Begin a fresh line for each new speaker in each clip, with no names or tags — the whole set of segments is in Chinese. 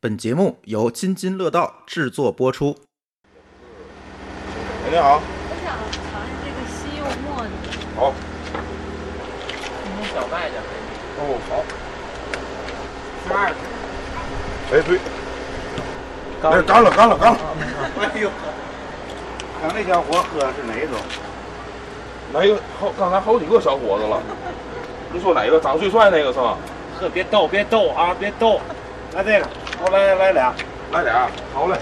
本节目由津津乐道制作播出。
大家好，
我想尝尝这个西柚沫子，
好，
小麦的，
哦好，
十二十。
哎对，哎干了干了干了，
哎呦，
刚那小伙喝是哪种？
来一个好，刚才好几个小伙子 了，你说哪个长最帅那个是吧？
喝别逗，别逗啊，别逗！来这个，我来来俩。
来俩，好嘞，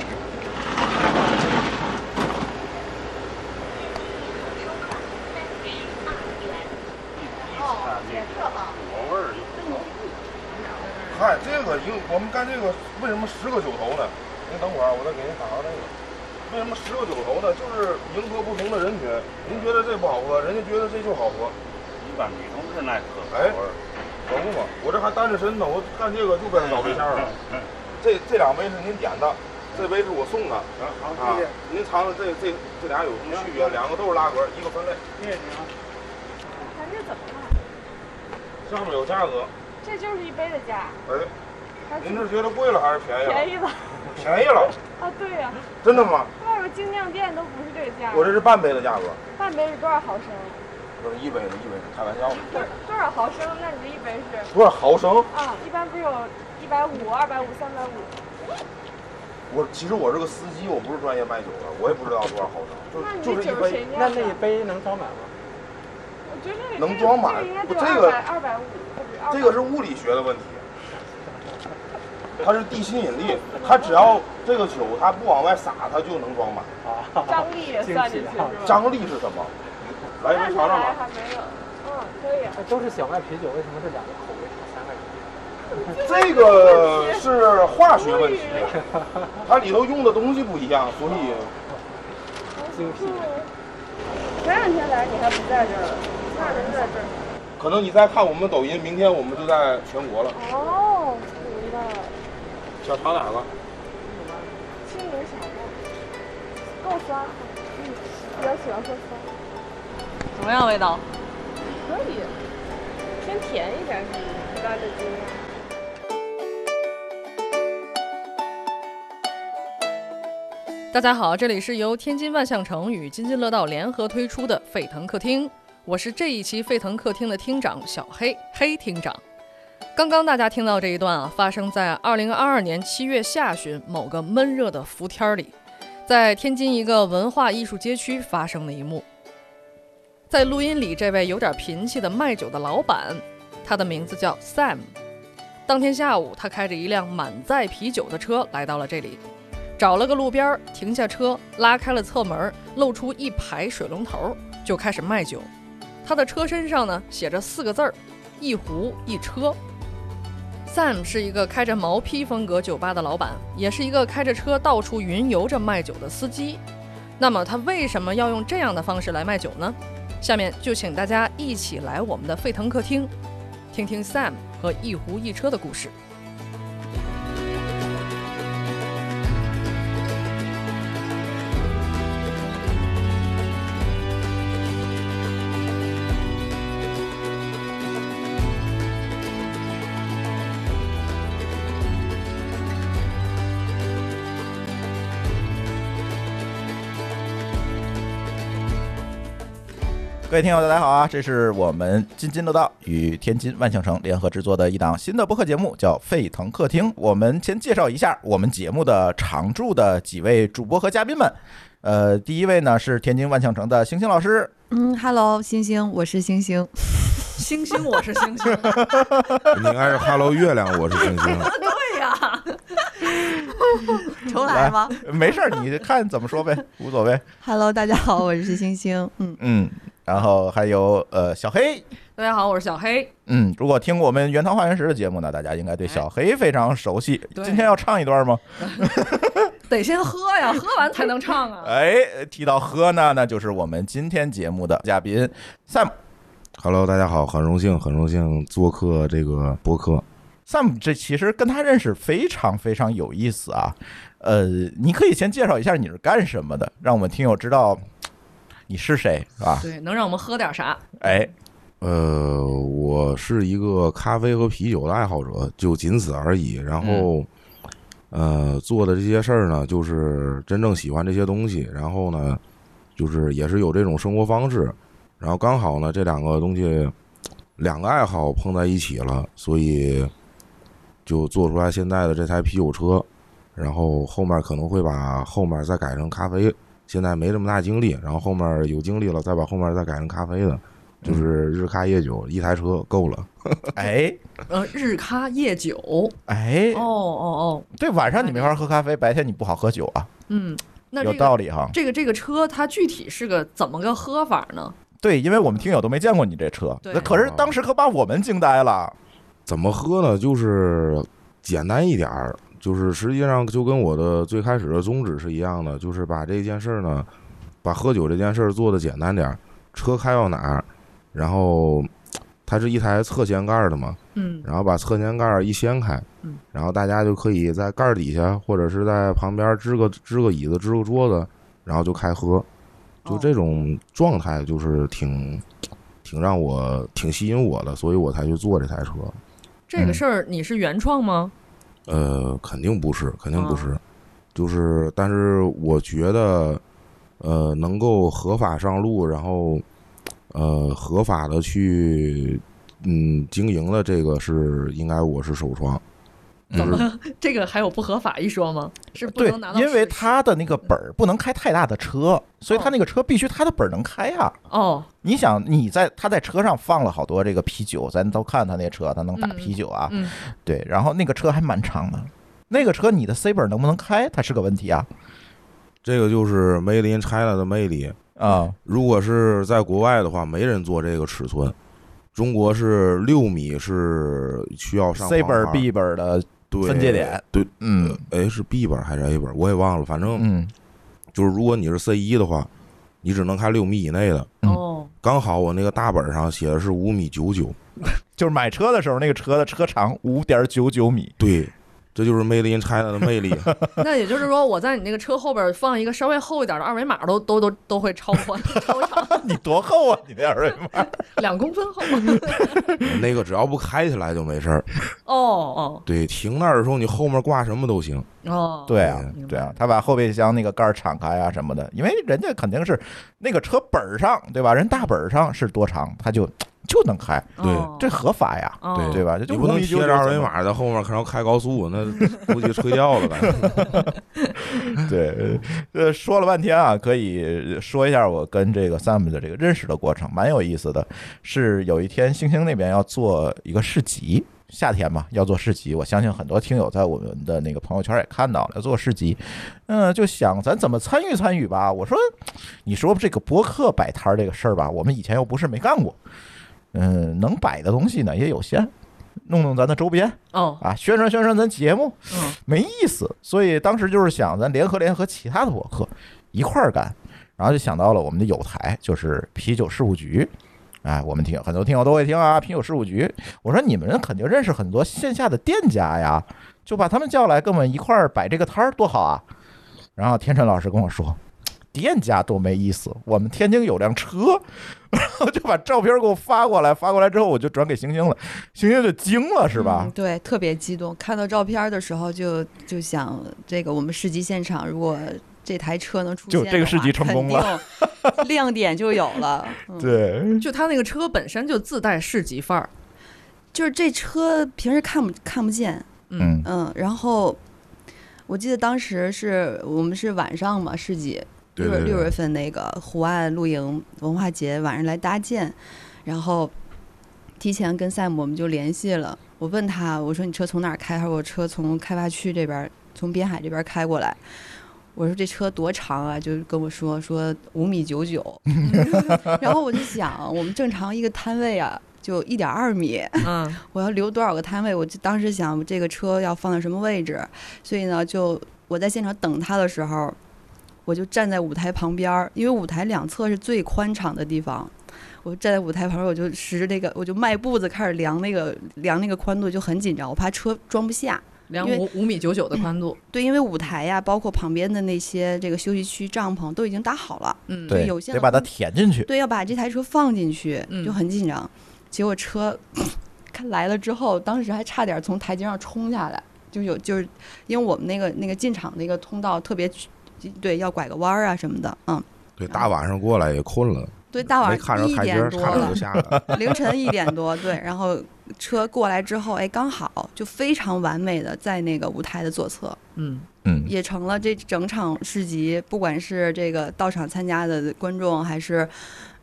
啊，那果味儿有。
嗨，这个一个我们干这个为什么十个九头呢？您等会儿啊我再给您打个那个。为什么十个九头呢？就是迎合不同的人群。您觉得这不好喝，人家觉得这就好喝。
一般女同志爱喝
哎，可不嘛，我这还单着身呢，我干这个就奔着找对象了。这这两杯是您点的，这杯是我送的。
哎
啊，您尝尝这这这俩有什么区别？两个都是拉格，一个分类，
谢谢你啊。
哎
咱这怎么了？
上面有价格。
这就是一杯的价，
哎，
还
您是觉得贵了还是便宜了？
便宜吧？
便宜了，
啊，对呀、
真的吗？
外边精酿店都不是这个价。
我这是半杯的价格，
半杯是多少毫升？
不是一杯的，一杯的，开玩笑的。
多多少毫升？那你这一杯是？
多少毫升？
啊，一般不是有一百五、二百五、三百五？
我其实我是个司机，我不是专业卖酒的，我也不知道多少毫升，
那你
就
这
就是一
酒谁
杯。
酿
那
的
那一？杯能装满吗？
我觉得这个
能装满
这个应该
不
得
这
有二
个
百、二百五或者
这个是物理学的问题，它是地心引力，它只要这个酒它不往外洒，它就能装满。
200张力也算进去是吧？
张力是什么？来一
那
杯
看
尝尝
来
吧，
还没有。嗯，可以。
那都是小麦啤酒，为什么是两个口味差三个
这个是化学问题，
人？
它里头用的东西不一样，所以
精辟。
嗯前两天来你还不在这儿，那人在这儿。
可能你再看我们抖音，明天我们就在全国了。
哦，明白了，
想尝哪个？
青柠小麦，够酸，嗯，比较喜欢喝酸。
什么样味道？
可以，偏甜一点是不大的经验。
大家好，这里是由天津万象城与津津乐道联合推出的沸腾客厅，我是这一期沸腾客厅的厅长小黑黑厅长。刚刚大家听到这一段啊，发生在二零二二年七月下旬某个闷热的伏天儿里，在天津一个文化艺术街区发生的一幕。在录音里，这位有点贫气的卖酒的老板，他的名字叫 Sam。当天下午，他开着一辆满载啤酒的车来到了这里。找了个路边儿停下车，拉开了侧门儿，露出一排水龙头儿，就开始卖酒。他的车身上呢写着四个字儿：一壶一车。Sam 是一个开着毛坯风格酒吧的老板，也是一个开着车到处云游着卖酒的司机。那么他为什么要用这样的方式来卖酒呢？下面就请大家一起来我们的沸腾客厅，听听 Sam 和一壶一车的故事。
各位听友，大家好啊！这是我们津津乐道与天津万象城联合制作的一档新的播客节目，叫《沸腾客厅》。我们先介绍一下我们节目的常驻的几位主播和嘉宾们。呃，第一位呢是天津万象城的星星老师，
嗯，Hello，星星，我是星星。
星星，我是星星，
你应该是 Hello 月亮，我是星星。
对呀、重
来
来吗
没事儿，你看怎么说 呗，无所谓。
？Hello，大家好，我是星星。嗯，
嗯，然后还有呃小黑，
大家好，我是小黑。
嗯，如果听过我们《原汤化原食》的节目呢，大家应该
哎
对小黑非常熟悉。
对
今天要唱一段吗？
得先喝呀，喝完才能 唱啊。
哎，提到喝呢，那就是我们今天节目的嘉宾 Sam。
Hello，大家好，很荣幸，很荣幸做客这个播客。
Sam，这其实跟他认识非常非常有意思啊。呃，你可以先介绍一下你是干什么的，让我们听友知道你是谁啊？
对，能让我们喝点啥？
哎，
呃，我是一个咖啡和啤酒的爱好者，就仅此而已。然后，呃，做的这些事儿呢，就是真正喜欢这些东西，然后呢，就是也是有这种生活方式，然后刚好呢，这两个东西，两个爱好碰在一起了，所以就做出来现在的这台啤酒车，然后后面可能会把后面再改成咖啡，现在没这么大精力，然后后面有精力了再把后面再改成咖啡的，就是日咖夜酒一台车够了。
哎
呃，日咖夜酒，哦
哎，
哦哦，
对，晚上你没法喝咖啡，白天你不好喝酒啊，
嗯，那
有
这个
道理哈。
这个这个车它具体是个怎么个喝法呢？
对，因为我们听友都没见过你这车，
对
那可是当时可把我们惊呆了。
怎么喝呢？就是简单一点儿，就是实际上就跟我的最开始的宗旨是一样的，就是把这件事儿呢，把喝酒这件事儿做的简单点儿。车开到哪儿，然后它是一台侧掀盖儿的嘛，
嗯
然后把侧掀盖儿一掀开
嗯，
然后大家就可以在盖儿底下或者是在旁边支个支个椅子、支个桌子，然后就开喝。就这种状态，就是挺挺让我挺吸引我的，所以我才去做这台车。
这个
嗯
事儿你是原创吗？
呃，肯定不是，肯定不是，就是，但是我觉得，呃，能够合法上路，然后，呃，合法的去，嗯，经营的这个是应该我是首创，
怎么这个还有不合法一说吗？是不
嗯对
能拿，到市，
因为他的那个本儿不能开太大的车，所以他那个车必须他的本儿能开啊。
哦，
你想，你在他在车上放了好多这个啤酒，咱都看他那车，他能打
嗯
啤酒啊。
嗯，
对，然后那个车还蛮长的，那个车你的 C 本能不能开，它是个问题啊。
这个就是 Made in China 的魅力。
啊、
如果是在国外的话，没人做这个尺寸。中国是六米是需要上
c
黄
本
牌
B 本的
对
分界点，
对，
嗯
哎是 B 本还是 A 本，我也忘了，反正
嗯，
就是如果你是 C 一的话，你只能开六米以内的。
嗯
哦，
刚好我那个大本上写的是五米九九，
就是买车的时候那个车的车长五点九九米，
对，这就是 Made in China 的魅力。
那也就是说，我在你那个车后边放一个稍微厚一点的二维码都，都都都会超宽超长
你多厚啊？你那二维码？
两公分厚。
那个只要不开起来就没事儿。
哦
对，停那儿的时候你后面挂什么都行。
哦哦，
对啊
明白，
对啊，他把后备箱那个盖儿敞开啊什么的，因为人家肯定是那个车本儿上，对吧？人大本儿上是多长，他就就能开，
哦
这合法呀，
哦
对
对吧？这就
你不能
无理
贴
纠结
着二维，码在后面，然后开高速，那估计吹掉了呗。
对，呃，说了半天啊，可以说一下我跟这个 Sam 的这个认识的过程，蛮有意思的。是有一天星星那边要做一个市集，夏天嘛要做市集，我相信很多听友在我们的那个朋友圈也看到了要做市集，嗯，就想咱怎么参与参与吧。我说，你说这个播客摆摊儿这个事儿吧，我们以前又不是没干过，嗯，能摆的东西呢也有限，弄弄咱的周边
哦
啊，宣传宣传咱节目，
嗯
没意思，所以当时就是想咱联合联合其他的博客一块儿干，然后就想到了我们的有台，就是啤酒事务局。哎，我们听很多听友都会听啊，啤酒事务局。我说你们肯定认识很多线下的店家呀，就把他们叫来跟我们一块儿摆这个摊儿，多好啊！然后天辰老师跟我说，店家多没意思，我们天津有辆车， 然后就把照片给我发过来，发过来之后我就转给星星了，星星就惊了，是吧
嗯？对，特别激动，看到照片儿的时候就就想，这个我们市集现场如果这台车能出
就
现，
这个市集成功了，
亮点就有了。嗯、
对，
就他那个车本身就自带市集范儿。
就是这车平时看不看不见，
嗯，
嗯，然后我记得当时是我们是晚上嘛，市集
对
六
对
月六
对
月份那个湖岸露营文化节晚上来搭建，然后提前跟赛姆我们就联系了，我问他我说你车从哪儿开？他说我车从开发区这边儿，从滨海这边儿开过来。我说这车多长啊？就跟我说说五米九九， 然后我就想我们正常一个摊位啊就一点二米，
嗯，
我要留多少个摊位？我就当时想这个车要放在什么位置，所以呢，就我在现场等他的时候，我就站在舞台旁边儿，因为舞台两侧是最宽敞的地方。我站在舞台旁边儿，我就使着那个，我就迈步子开始量那个量那个宽度，就很紧张，我怕车装不下。
量
因为
五五米九九的宽度。
对，因为舞台呀，包括旁边的那些这个休息区、帐篷都已经搭好了，
嗯，
对，
有限
得
的
把它
空
填进去。
对，要把这台车放进去，
嗯
就很紧张。结果车看来了之后，当时还差点从台阶上冲下来，就有就是因为我们那个那个进场那个通道特别对，要拐个弯儿啊什么的，嗯，
对，大晚上过来也困了，
对，大
没
晚
看
上
着
一
台阶
点
儿，
多
差点
了
就，下 来。
凌晨一点多，对，然后车过来之后，哎，刚好就非常完美的在那个舞台的左侧，
嗯，
嗯，
也成了这整场市集，不管是这个到场参加的观众还是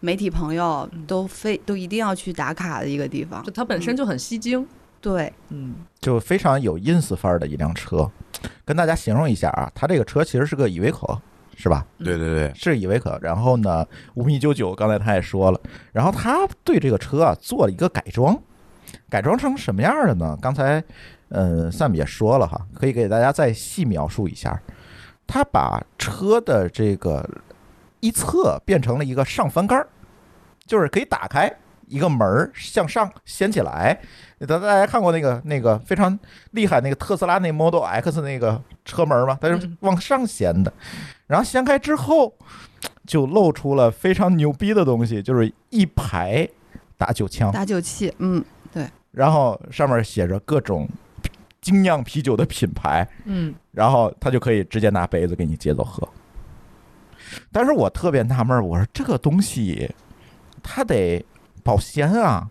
媒体朋友，
嗯
都非都一定要去打卡的一个地方
就。它本身就很吸睛，
对，
嗯，
就非常有 ins 范儿的一辆车，跟大家形容一下啊，它这个车其实是个依维柯，是吧？
对对对，
是依维柯。然后呢，五米九九，刚才他也说了，然后他对这个车啊做了一个改装，改装成什么样的呢？刚才嗯，Sam 也说了哈，可以给大家再细描述一下，他把车的这个一侧变成了一个上翻盖儿，就是可以打开。一个门儿向上掀起来，大大家看过那个那个非常厉害那个特斯拉那 Model X 那个车门吗？它是
嗯
往上掀的，然后掀开之后，就露出了非常牛逼的东西，就是一排打酒枪，
打酒器，嗯，
然后上面写着各种精酿啤酒的品牌，
嗯，
然后他就可以直接拿杯子给你接走喝。但是我特别纳闷儿，我说这个东西，它得保鲜啊，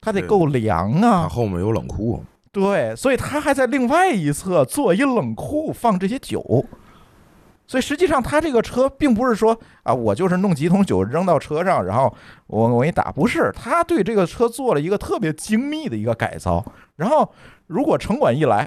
它得
对
够凉
它
嗯
啊，
后面有冷库，
对，所以它还在另外一侧做一冷库放这些酒。所以实际上，它这个车并不是说啊，我就是弄几桶酒扔到车上，然后我我给你打，不是，他对这个车做了一个特别精密的一个改造。然后，如果城管一来，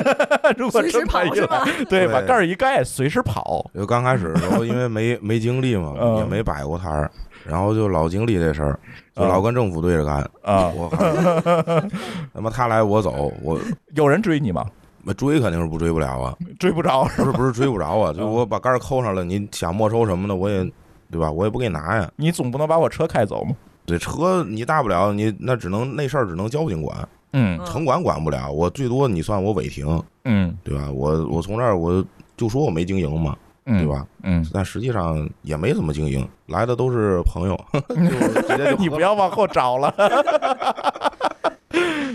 如果
随时
城管
跑
一
是
来，
吧？
对，把
对
盖儿一盖，随时跑。
就刚开始的时候，因为没 没经历嘛，
嗯
也没摆过摊儿，然后就老经历这事儿，就
嗯
老跟政府对着干
啊
我靠， 他妈他来我走，我
有人追你吗？
我追肯定是不追不了啊，
追不着。
不是不是追不 着啊，就我把杆儿扣上了，你想没收什么的，我也对吧？我也不给你拿呀。
你总不能把我车开走吗？
对车你大不了你那只能那事儿只能交警管，
嗯
城管管不了，我最多你算我违停，
嗯
对吧？我我从这儿我就说我没经营嘛，
嗯，
对？吧？
嗯，
但实际上也没怎么经营，来的都是朋友，就直接就
你不要往后找了。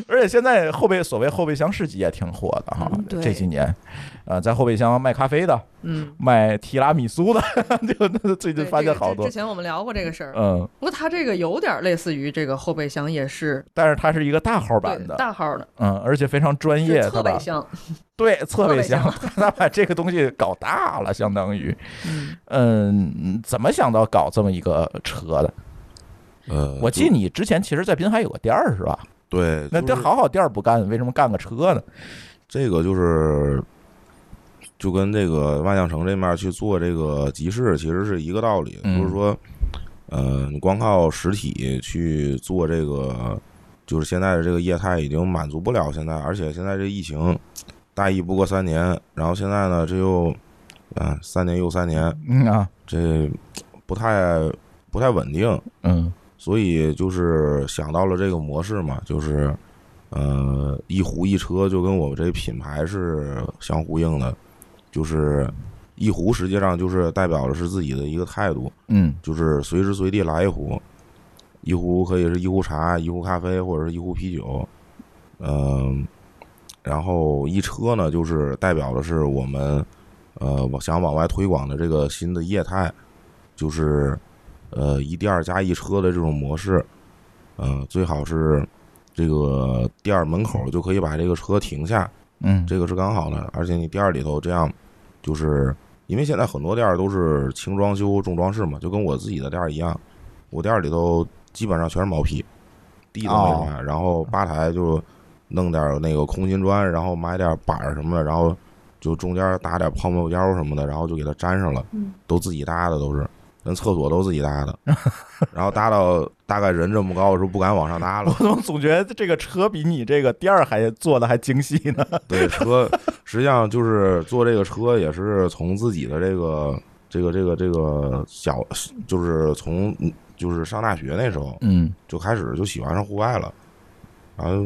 而且现在后备所谓后备箱市集也挺火的哈
嗯，对
这几年，呃，在后备箱卖咖啡的、
嗯，
卖提拉米苏的， 就那最近
对
发
这
现
个
好
之
多
之。前我们聊过这个事儿，
嗯，
不过它这个有点类似于这个后备箱，也是
但是它是一个大号版
对
的，
大号的，
嗯，而且非常专业，
是侧
它把
备箱，
对侧
侧
备
备
箱，它把这个东西搞大了，相当于，
嗯，
嗯，怎么想到搞这么一个车的？
呃，
我记
就
得你之前其实，在滨海有个店儿是吧？
对，
那
就
这
是
好好店儿不干，为什么干个车呢？
这个就是就跟这个万象城这面去做这个集市其实是一个道理，
嗯
就是说，呃，你光靠实体去做这个，就是现在的这个业态已经满足不了现在，而且现在这疫情大疫不过三年，然后现在呢这又啊、三年又三年，
嗯啊，
这不太不太稳定，
嗯。
所以就是想到了这个模式嘛，就是呃一壶一车就跟我们这品牌是相呼应的，就是一壶实际上就是代表的是自己的一个态度，
嗯
就是随时随地来一壶，一壶可以是一壶茶、一壶咖啡或者是一壶啤酒，嗯、然后一车呢就是代表的是我们呃我想往外推广的这个新的业态，就是呃一店儿加一车的这种模式，呃最好是这个店儿门口就可以把这个车停下，
嗯，
这个是刚好的，而且你店儿里头这样，就是因为现在很多店儿都是轻装修重装饰嘛，就跟我自己的店儿一样，我店儿里头基本上全是毛坯，地都没什么，然后吧台就弄点儿那个空心砖，然后买点儿板儿什么的，然后就中间搭点儿泡沫胶什么的，然后就给它粘上了，都自己搭的都是。连厕所都自己搭的， 然后搭到大概人这么高的时候不敢往上搭了
我，怎么总觉得这个车比你这个店儿还做的还精细呢？
对车，实际上就是做这个车也是从自己的这个这个这个这个小，就是从就是上大学那时候
嗯
就开始就喜欢上户外了，然后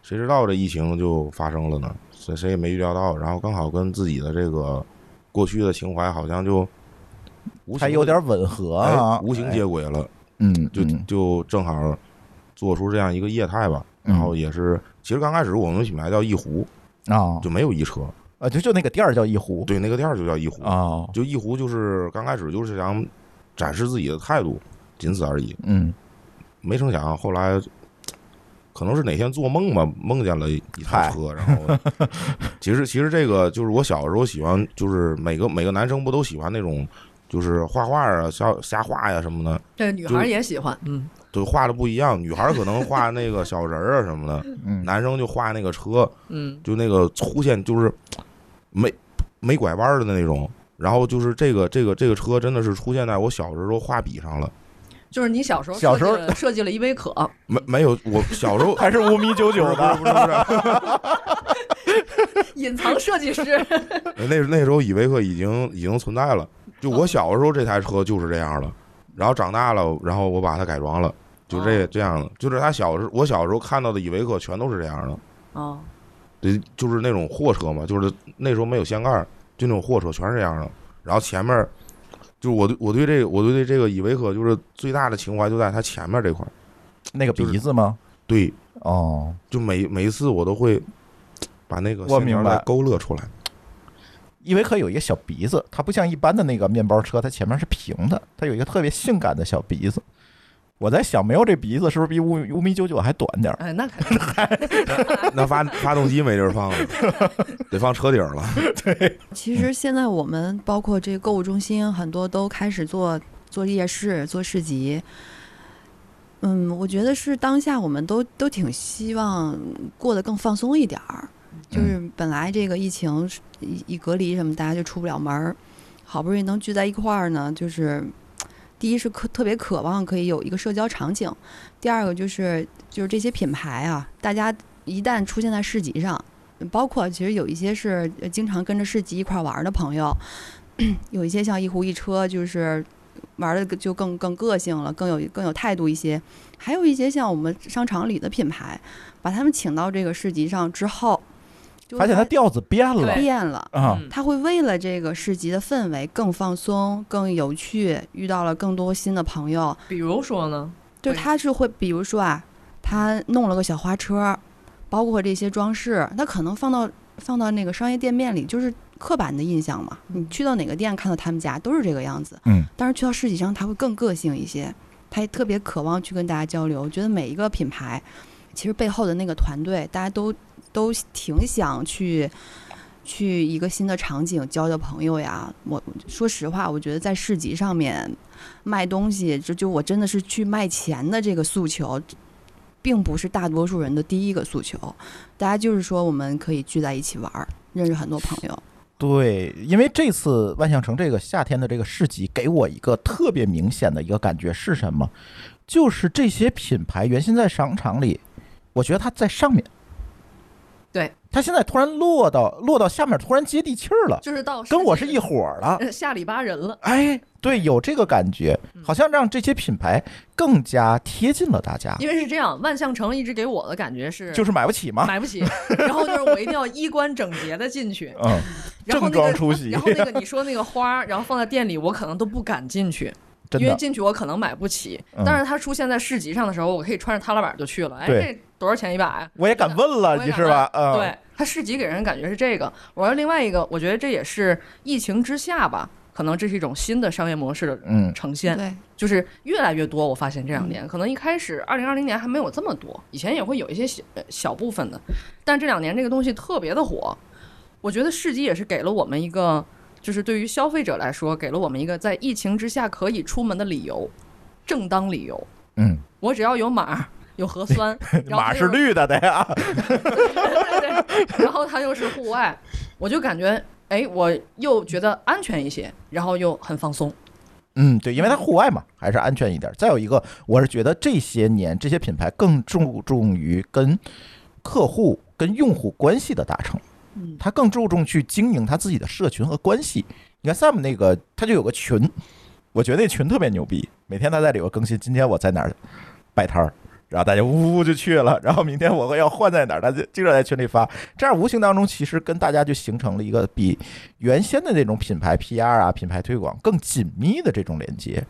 谁知道这疫情就发生了呢？谁谁也没预料到，然后刚好跟自己的这个过去的情怀好像就无
还
形
有
地
点吻合啊，
哎无形接轨了，
嗯，
就
嗯
就正好做出这样一个业态吧。
嗯
然后也是，其实刚开始我们品牌叫一壶，
啊
就没有一车。
啊，就就那个店儿叫一壶
对，那个店儿就叫一壶，
啊，
就一壶就是刚开始就是想展示自己的态度，仅此而已。
嗯，
没成想后来可能是哪天做梦吧，梦见了一
嗨
台车，然后 其实其实这个就是我小时候喜欢，就是每个每个男生不都喜欢那种就是画画啊、瞎瞎画呀、什么的，
这女孩儿也喜欢，嗯，
就画的不一样。女孩儿可能画那个小人儿啊什么的，
嗯
男生就画那个车，
嗯，
就那个粗线就是没没拐弯儿的那种。然后就是这个这个这个车真的是出现在我小时候画笔上了，
就是你小时候
小时候
设计了设计了一杯可，
没没有我小时候
还是五米九九
不是
的，
不是不是，
隐藏设 计师，
那那时候依维柯已经已经存在了，就
哦
我小时候这台车就是这样的，然后长大了，然后我把它改装了，就这这样的，就是他小时候我小时候看到的依维柯全都是这样的，
哦，
对，就是那种货车嘛，就是那时候没有掀盖儿，就那种货车全是这样的，然后前面儿就是我对我对这个我对这个依维柯就是最大的情怀就在它前面这块儿，
那个鼻子吗？
对，
哦，
就每每一次我都会把那个
我
线条
明白
再勾勒 出来，
依维柯有一个小鼻子，它不像一般的那个面包车，它前面是平的，它有一个特别性感的小鼻子。我在想，没有这鼻子，是不是比五五米九九还短点儿？
哎，那肯定，
那发发动机没地儿放了， 得放车顶儿了。
其实现在我们包括这个购物中心，很多都开始做做夜市、做市集。嗯，我觉得是当下我们都都挺希望过得更放松一点儿。
嗯
就是本来这个疫情是一一隔离什么，大家就出不了门儿，好不容易能聚在一块儿呢，就是第一是渴特别渴望可以有一个社交场景，第二个就是就是这些品牌啊，大家一旦出现在市集上，包括其实有一些是呃经常跟着市集一块儿玩儿的朋友， 有一些像一壶一车，就是玩的就更更个性了，更有更有态度一些。还有一些像我们商场里的品牌，把他们请到这个市集上之后，就
发现它
它
调子变了
变了。
啊！
嗯
他会为了这个市集的氛围更放松、更有趣，遇到了更多新的朋友。
比如说呢，
就
对
他是会，比如说啊，他弄了个小花车，包括这些装饰，他可能放到放到那个商业店面里，就是刻板的印象嘛。你去到哪个店看到他们家都是这个样子，
嗯，
但是去到市集上，他会更个性一些，他也特别渴望去跟大家交流。我觉得每一个品牌，其实背后的那个团队，大家都都挺想去。去一个新的场景交交朋友呀！我说实话，我觉得在市集上面卖东西，就就我真的是去卖钱的这个诉求，并不是大多数人的第一个诉求。大家就是说，我们可以聚在一起玩儿，认识很多朋友。
对，因为这次万象城这个夏天的这个市集，给我一个特别明显的一个感觉是什么？就是这些品牌原先在商场里，我觉得它在上面，
对，
它现在突然落到落到下面，突然接地气儿了，
就是到
跟我是一
伙，
伙儿了。
呃下里巴人了，
哎，对，有这个感觉，
嗯
好像让这些品牌更加贴近了大家。
因为是这样，万象城一直给我的感觉是
就是买不起嘛，
买不起，然后就是我一定要衣冠整洁的进去，
嗯，
然后
正
那个
装出席
然，后那个你说那个花儿，然后放在店里，我可能都不敢进去，
真
因为
的，
进去我可能买不起。
嗯
但是它出现在市集上的时候，我可以穿着踏拉板就去了。哎，
对
这多少钱一把呀？
我也敢问了，
我也
你
敢
是吧？嗯，
对，它市集给人感觉是这个。我说另外一个，我觉得这也是疫情之下吧，可能这是一种新的商业模式的
嗯，
呈现，就是越来越多。我发现这两年，可能一开始二零二零年还没有这么多，以前也会有一些小呃小部分的，但这两年这个东西特别的火。我觉得市集也是给了我们一个，就是对于消费者来说，给了我们一个在疫情之下可以出门的理由，正当理由。
嗯，，
我只要有码儿，有核酸 然后
马
它
是
又
绿的，得啊，
对对，然后它又是户外，我就感觉，哎，我又觉得安全一些，然后又很放松。
嗯，对，因为它户外嘛，还是安全一点。再有一个，我是觉得这些年这些品牌更注重于跟客户、跟用户关系的达成，
嗯，
他更注重去经营他自己的社群和关系。你看 Sam 那个，他就有个群，我觉得那群特别牛逼，每天他在里边更新，今天我在哪儿摆摊儿。然后大家呜呜就去了，然后明天我会要换在哪儿，他就经常在群里发，这样无形当中其实跟大家就形成了一个比原先的那种品牌 PR 啊、品牌推广更紧密的这种连接，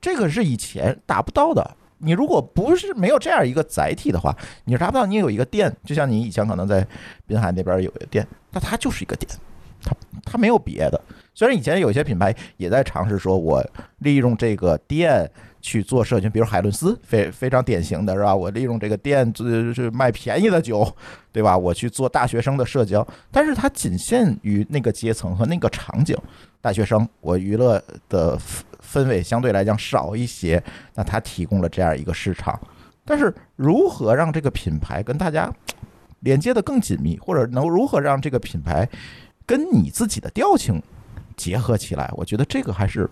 这个是以前达不到的。你如果不是没有这样一个载体的话，你达不到你有一个店，就像你以前可能在滨海那边有一个店，那它就是一个店，它它没有别的。虽然以前有些品牌也在尝试说，我利用这个店去做社群，比如海伦斯，非非常典型的是吧？我利用这个店就是卖便宜的酒，对吧？我去做大学生的社交，但是它仅限于那个阶层和那个场景。大学生，我娱乐的氛围相对来讲少一些，那它提供了这样一个市场。但是如何让这个品牌跟大家连接的更紧密，或者能如何让这个品牌跟你自己的调性结合起来，我觉得这个还是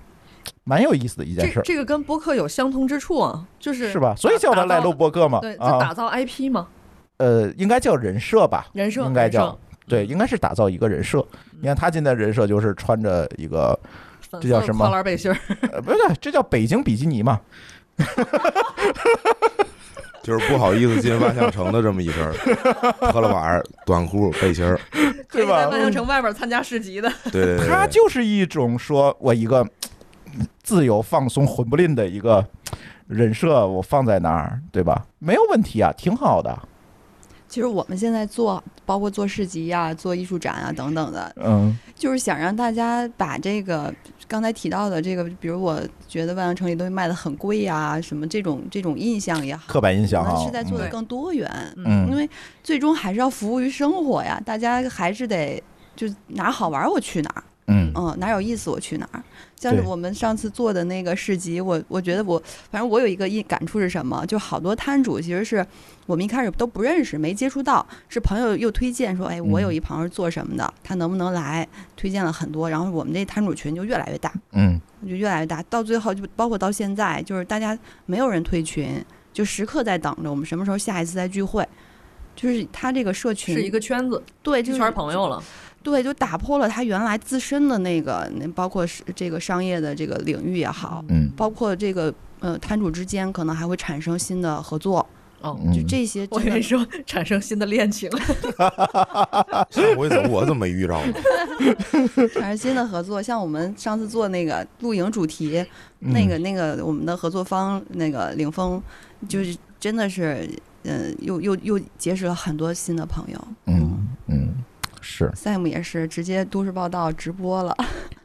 蛮有意思的一件事
这
儿，
这个跟播客有相通之处啊，就是
是吧？所以叫它来
打造
录播客嘛
对，，就打嗯
啊，
造 IP 嘛，
呃，应该叫人设吧，
人设
应该
人设
叫对，应该是打造一个人设。你看他今天人设就是穿着一个，
粉
这叫
色
什么
跨栏背心儿，
呃，不是，这叫北京比基尼嘛，
就是不好意思进万象城的这么一身儿，喝了碗儿短裤背心儿，
可 以
对吧嗯
在万象城外边参加市集的，
对对对，
它就是一种说我一个嗯自由放松混不吝的一个嗯人设，我放在那儿，对吧？没有问题啊，挺好的。
其实我们现在做，包括做市集呀、做艺术展啊等等的，
嗯
就是想让大家把这个刚才提到的这个，比如我觉得万象城里东西卖的很贵呀、什么这种这种印象也好，
刻板印
我
象
们
啊，
是在做的更多元，
嗯
因
嗯
为最终还是要服务于生活呀，大家还是得就哪儿好玩儿我去哪儿，
嗯
嗯，哪儿有意思我去哪儿。像是
对
我们上次做的那个市集，我我觉得我反正我有一个一感触是什么，就好多摊主其实是我们一开始都不认识，没接触到，是朋友又推荐说，哎，我
嗯
有一朋友是做什么的，他能不能来？推荐了很多，然后我们这摊主群就越来越大，
嗯
就越来越大，到最后就包括到现在，就是大家没有人退群，就时刻在等着我们什么时候下一次再聚会。就是他这个社群
是一个圈子，
对，
一
就是
圈朋友了，
对，就打破了他原来自身的那个，那包括是这个商业的这个领域也好，
嗯
包括这个呃摊主之间可能还会产生新的合作，
哦。
嗯，
就这些
我
真
跟
的
你说，产生新的恋情，
上回怎么我怎么没遇着呢？
产生新的合作。像我们上次做那个露营主题，
嗯
那个那个我们的合作方那个领风，就是真的是。嗯，又又又结识了很多新的朋友。
嗯嗯是，
，Sam 也是直接都市报道直播了。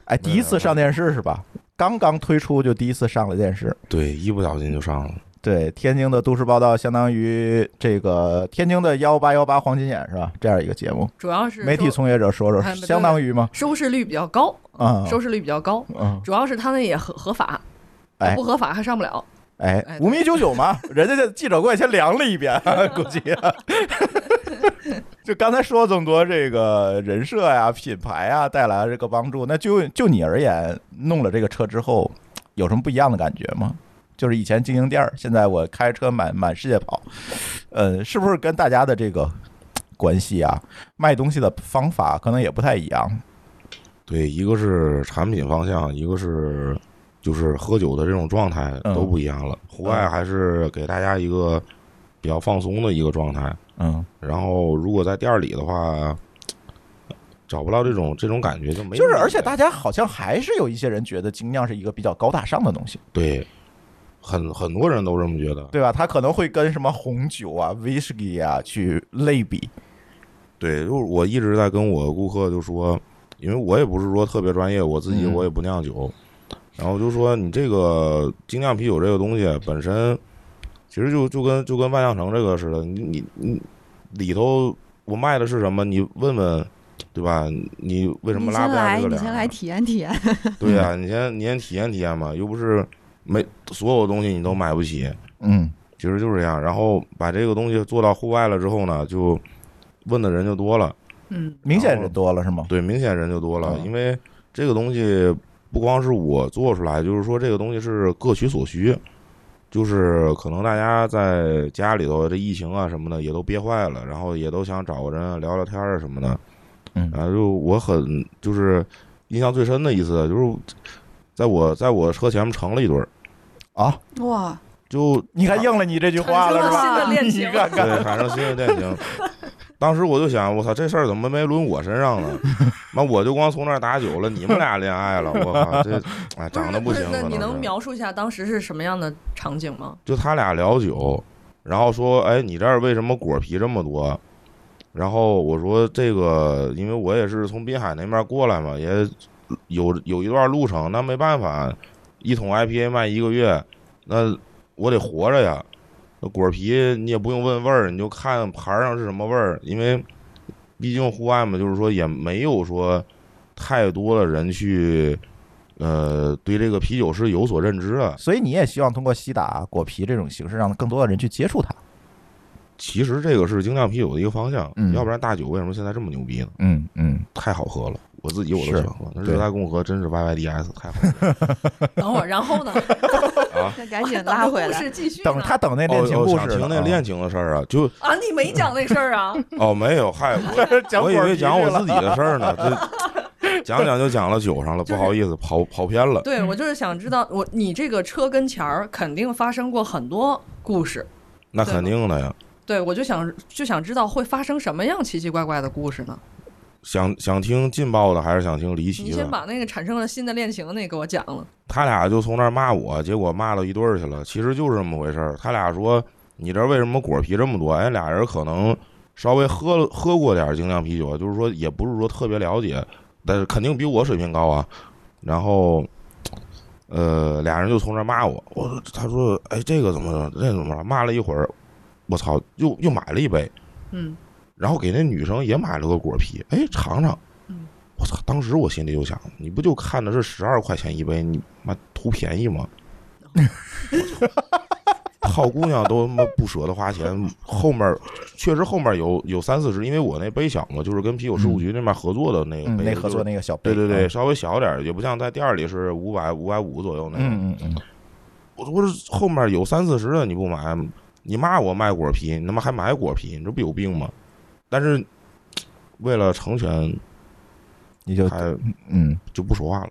哎，第一次上电视是吧？刚刚推出就第一次上了电视。
对，一不小心就上了。
对，天津的都市报道相当于这个天津的幺八幺八黄金眼是吧？这样一个节目，
主要是
媒体
收
从业者说说
哎，
相当于吗？
收视率比较高，
啊，
收视率比较高，
嗯，
主要是他那也合合法，
哎
不合法还上不了。
哎
哎，
五米九九嘛，人家这记者过去先量了一遍，估计、 就刚才说这么多这个人设呀、品牌啊带来的这个帮助，那就就你而言，弄了这个车之后，有什么不一样的感觉吗？就是以前经营店儿，现在我开车满满世界跑，呃，是不是跟大家的这个关系啊、卖东西的方法可能也不太一样？
对，一个是产品方向，一个是就是喝酒的这种状态
嗯
都不一样了。户外
嗯
还是给大家一个比较放松的一个状态。
嗯，
然后如果在店儿里的话，找不到这种这种感觉就没有意义
就
了。
是而且大家好像还是有一些人觉得精酿是一个比较高大上的东西。
对很很多人都这么觉得。
对吧？它可能会跟什么红酒啊、whisky 啊去类比。
对，就是我一直在跟我顾客就说，因为我也不是说特别专业，我自己
嗯
我也不酿酒，然后就说你这个精酿啤酒这个东西本身，其实就就跟就跟万象城这个似的，你你你里头我卖的是什么？你问问。对吧？你为什么
你
拉
先
不下
来，
这个
你
脸啊
先
儿
来
呢？
体验体验。
对呀、你先你先体验体验嘛，又不是没所有东西你都买不起。
嗯
其实就是这样。然后把这个东西做到户外了之后呢，就问的人就多了，
嗯，
明显人多了是吗？
对，明显人就多了，
嗯
因为这个东西不光是我做出来，就是说这个东西是各取所需。就是可能大家在家里头这疫情啊什么的也都憋坏了，然后也都想找个人聊聊天儿啊什么的，啊
嗯
然后就我很就是印象最深的一次就是在我在我车前面盛了一堆儿，
啊，
哇，
就
你看应了你这句话了是吧？
新的恋
你
啊
情，
看看，
对，产生新的恋情。当时我就想，我操，这事儿怎么没轮我身上呢？妈，我就光从那儿打酒了，你们俩恋爱了，我靠，这哎
是
长得不行，
那
可
你
能
能
是
描述一下当时是什么样的场景吗？
就他俩聊酒，然后说：“哎，你这儿为什么果皮这么多？”然后我说：“这个，因为我也是从滨海那边过来嘛，也有有一段路程，那没办法，一桶 IPA 卖一个月，那我得活着呀。那果皮你也不用问味儿，你就看盘上是什么味儿，因为毕竟户外嘛，就是说也没有说太多的人去，呃，对这个啤酒是有所认知啊的。
所以你也希望通过西打果皮这种形式，让更多的人去接触它。
其实这个是精酿啤酒的一个方向，
嗯
要不然大酒为什么现在这么牛逼呢？
嗯嗯，
太好喝了，我自己我都
是
喜欢喝。那
对
热带共和真是 YYDS，太
哎
好喝了。
等会儿，然 后呢？
那赶 紧拉回
故
来。
事继续呢。
等他等那恋情
哦哦
故
想
事呢，
听那恋情的事儿啊，就
啊，你没讲那事儿啊？
哦没有，嗨，我
讲
我以
果皮
为讲我
去了
自己的事儿呢，这 讲讲就讲到酒上了，不好意思，跑跑偏了。
对，我就是想知道，我你这个车跟前儿肯定发生过很多故事，
那肯定的呀，
对我就想就想知道会发生什么样奇奇怪怪的故事呢？
想想听劲爆的还是想听离
你
奇
先
的？
把那个产生了新的恋情那给我讲了。
他俩就从那儿骂我，结果骂到一堆儿去了。其实就是这么回事儿。他俩说：“你这儿为什么果皮这么多？”哎，俩人可能稍微喝了喝过点儿精酿啤酒，啊就是说也不是说特别了解，但是肯定比我水平高啊。然后，呃，俩人就从这儿骂我，我说他说：“哎，这个怎么这怎么了？”骂了一会儿，我操，又又买了一杯，
嗯，
然后给那女生也买了个果皮，哎，尝尝
嗯。
我操！当时我心里就想，你不就看的是十二块钱一杯，你妈图便宜吗？我操好姑娘都他妈不舍得花钱，后面儿确实后面儿有有三四十，因为我那杯小嘛，就是跟啤酒事务局那边合作的那个
嗯，
杯，
那合
就是
作那个小
对
贝，嗯
对对，稍微小点儿，也不像在店儿里是五百五百五左右那种。
嗯，嗯嗯嗯，
我我这后面有三四十的你不买，你骂我卖果皮，你他妈还买果皮，你这不有病吗？但是为了成全，
你就
还
嗯
就不说话了，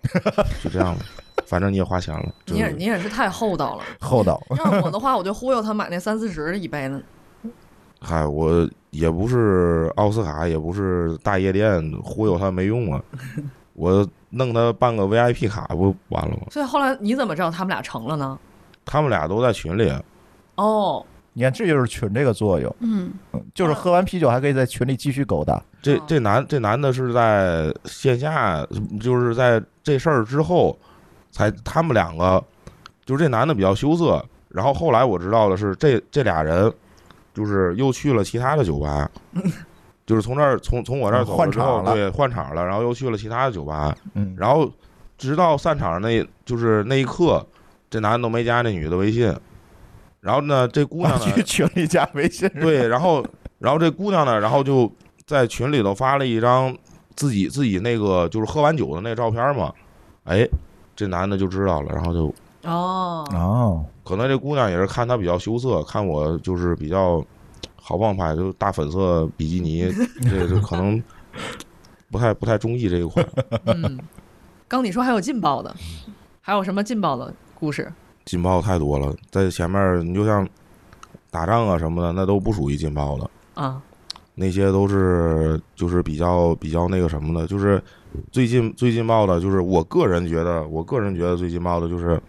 就这样了。反正你也花钱了，就
你也你也是太厚道了。
厚道，
要是我的话，我就忽悠他买那三四十一杯呢。
嗨，我也不是奥斯卡，也不是大夜店，忽悠他没 用啊。我弄他办个 VIP 卡不完了吗？
所以后来你怎么知道他们俩成了呢？
他们俩都在群里，啊
哦，
你看这就是群这个作用，
嗯，
嗯就是喝完啤酒还可以在群里继续勾搭，
这
哦
这男这男的是在线下，就是在这事儿之后，才他们两个，就是这男的比较羞涩。然后后来我知道的是，这这俩人就是又去了其他的 酒吧，就是从这儿从从我这儿走
换
之后，
场了
对，换场了，然后又去了其他的酒吧，
嗯，
然后直到散场那，就是那一刻，这男的都没加那女的微信。然后呢，这姑娘呢，
去群里加微信，
对，然后然后这姑娘呢，然后就在群里头发了一张自己自己那个就是喝完酒的那个照片嘛，哎，这男的就知道了，然后就
哦，
哦，
可能这姑娘也是看他比较羞涩，看我就是比较好棒派，就大粉色比基尼，这就可能不太不太中意这一款。
嗯，刚你说还有劲爆的，还有什么劲爆的故事？
劲爆太多了，在前面你就像打仗啊什么的，那都不属于劲爆的。
啊，
那些都是就是比较比较那个什么的，就是最近最劲爆的，就是我个人觉得，我个人觉得最劲爆的就是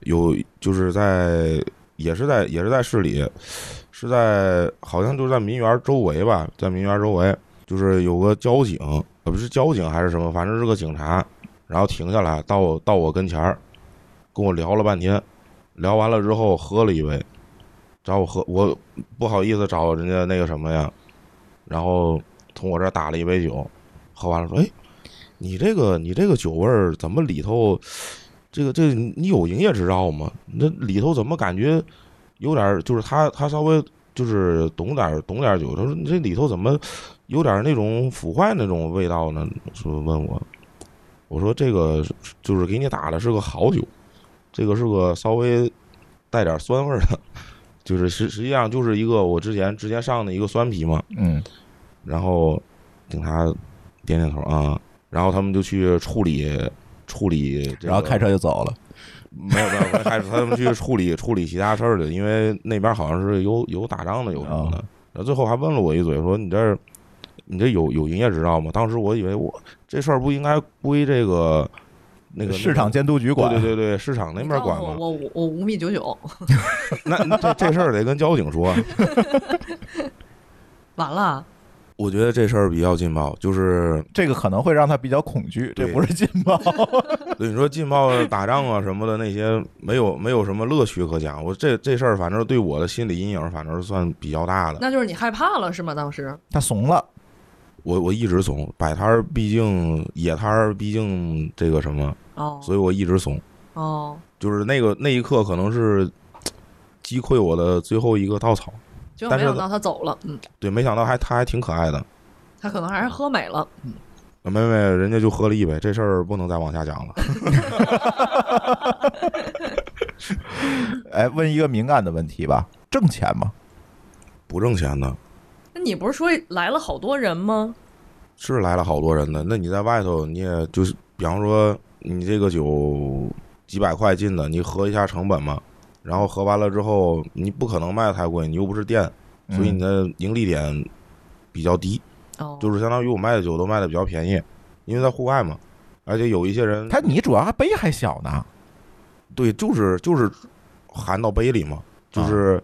有就是在也是在也是在市里，是在好像就是在民园周围吧，在民园周围就是有个交警，呃不是交警还是什么，反正是个警察，然后停下来到我到我跟前儿，跟我聊了半天，聊完了之后喝了一杯。找我喝，我不好意思找人家那个什么呀，然后从我这儿打了一杯酒，喝完了说：“哎，你这个你这个酒味儿怎么里头，这个这个你有营业执照吗？那里头怎么感觉有点儿就是他他稍微就是懂点儿懂点儿酒，他说你这里头怎么有点儿那种腐坏那种味道呢？说问我，我说这个是就是给你打的是个好酒，这个是个稍微带点儿酸味儿的。”就是实实际上就是一个我之前之前上的一个酸啤嘛，
嗯，
然后警察点点头啊，然后他们就去处理处理、这个，
然后开车就走了，
没有没有没有开车，他们去处理 处理其他事儿去，因
啊
为那边好像是有有打仗的，有什么的。然后最后还问了我一嘴，说你这儿你这有有营业执照吗？当时我以为我这事儿不应该归这个那个
市场监督局
对
管，
对对对，市场那边管吗？
我我我五米九九，
那那这这事儿得跟交警说。
完了，
我觉得这事儿比较劲爆，就是
这个可能会让他比较恐惧，这
对
不是劲 爆。
对你说劲爆打仗啊什么的那些，没有没有什么乐趣可讲。我这这事儿反正对我的心理阴影反正算比较大的。
那就是你害怕了是吗？当时
他怂了，
我我一直怂，摆摊儿毕竟野摊儿毕竟这个什么，
哦
所以我一直怂。
哦，
就是那个那一刻可能是击溃我的最后一个稻草。
结果
但
没
是
想到他走了，嗯，
对，没想到还他还挺可爱的。
他可能还是喝美了，
妹妹，人家就喝了一杯，这事儿不能再往下讲了。
哎，问一个敏感的问题吧，挣钱吗？
不挣钱的，
那你不是说来了好多人吗？
是来了好多人的。那你在外头，你也就是，比方说你这个酒几百块进的，你合一下成本嘛，然后合完了之后，你不可能卖得太贵，你又不是店，
嗯
所以你的盈利点比较低，
哦，
就是相当于我卖的酒都卖的比较便宜，因为在户外嘛，而且有一些人
他你主要还杯还小呢，
对，就是就是含到杯里嘛，就是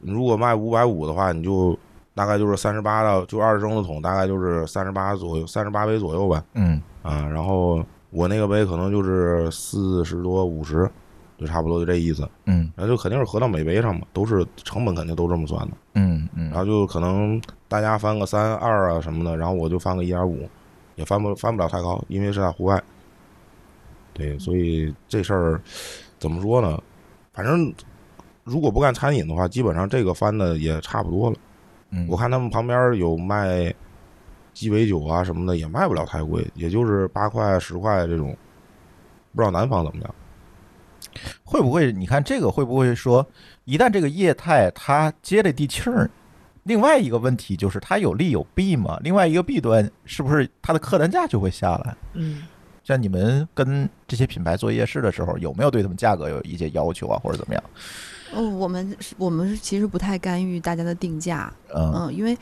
你如果卖五百五的话，你就大概就是三十八到就二十升的桶，大概就是三十八左右，三十八杯左右吧，
嗯，
啊，然后我那个杯可能就是四十多五十，就差不多就这意思，
嗯
然后就肯定是合到每杯上嘛，都是成本肯定都这么算的，
嗯
然
嗯，
后就可能大家翻个三二啊什么的，然后我就翻个一点五，也翻不翻不了太高，因为是在户外。对，所以这事儿怎么说呢？反正如果不干餐饮的话，基本上这个翻的也差不多了。
嗯
我看他们旁边有卖鸡尾酒啊什么的，也卖不了太贵，也就是八块十块这种。不知道南方怎么样？
会不会你看这个会不会说，一旦这个业态它接了地气儿，另外一个问题就是它有利有弊嘛？另外一个弊端是不是它的客单价就会下来？
嗯，
像你们跟这些品牌做夜市的时候，有没有对他们价格有一些要求啊，或者怎么样？
哦，我们是我们是其实不太干预大家的定价，
嗯
嗯，因为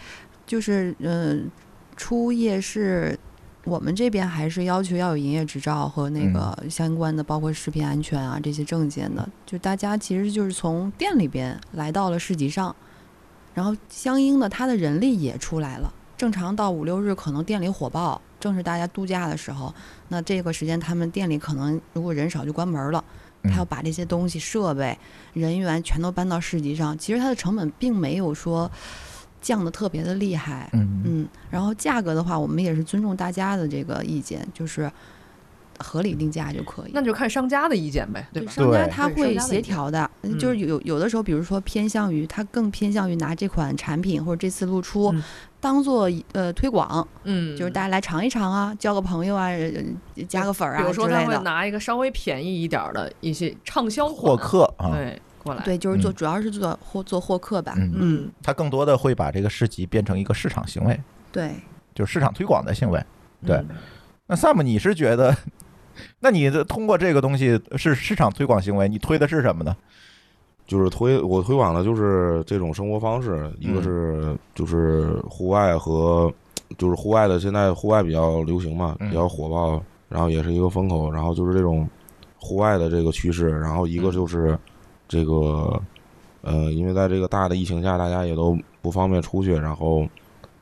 就是嗯、出夜市，我们这边还是要求要有营业执照和那个相关的，包括食品安全啊这些证件的。就大家其实就是从店里边来到了市集上，然后相应的他的人力也出来了。正常到五六日可能店里火爆，正是大家度假的时候，那这个时间他们店里可能如果人少就关门了。
嗯
他要把这些东西、设备、人员全都搬到市集上，其实它的成本并没有说降的特别的厉害。
嗯
嗯，然后价格的话，我们也是尊重大家的这个意见，就是合理定价就可以。
那就看商家的意见呗，对吧？
商家
对
他
对商
会
家的意
协
见
调的，
嗯
就是有有的时候，比如说偏向于他更偏向于拿这款产品或者这次露出、
嗯
当做呃推广，
嗯，
就是大家来尝一尝啊，交个朋友啊，呃加个粉儿
比
啊
如
之
说他
类
会
的。
拿一个稍微便宜一点儿的一些畅销款
获客啊，
对过来，
对，就是做
嗯
主要是做获做获客吧。
嗯，
嗯，
它更多的会把这个市集变成一个市场行为，
对，
就是市场推广的行为。
嗯，
对那 Sam，你是觉得， 那你的通过这个东西是市场推广行为，你推的是什么呢？
就是推我推广的就是这种生活方式，一个是就是户外和就是户外的，现在户外比较流行嘛，
嗯
比较火爆，然后也是一个风口，然后就是这种户外的这个趋势，然后一个就是这个呃，因为在这个大的疫情下，大家也都不方便出去，然后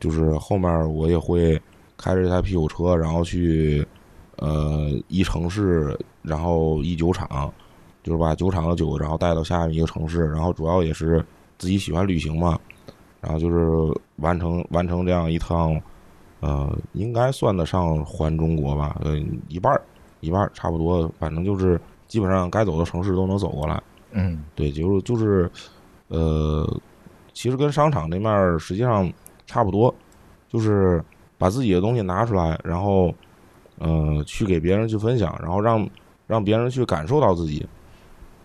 就是后面我也会开着这台啤酒车，然后去呃一城市，然后一酒厂。就是把酒厂的酒，然后带到下面一个城市，然后主要也是自己喜欢旅行嘛，然后就是完成完成这样一趟，呃，应该算得上环中国吧，呃，一半儿一半儿差不多，反正就是基本上该走的城市都能走过来。
嗯
对，就是就是，呃，其实跟商场那面儿实际上差不多，就是把自己的东西拿出来，然后呃去给别人去分享，然后让让别人去感受到自己，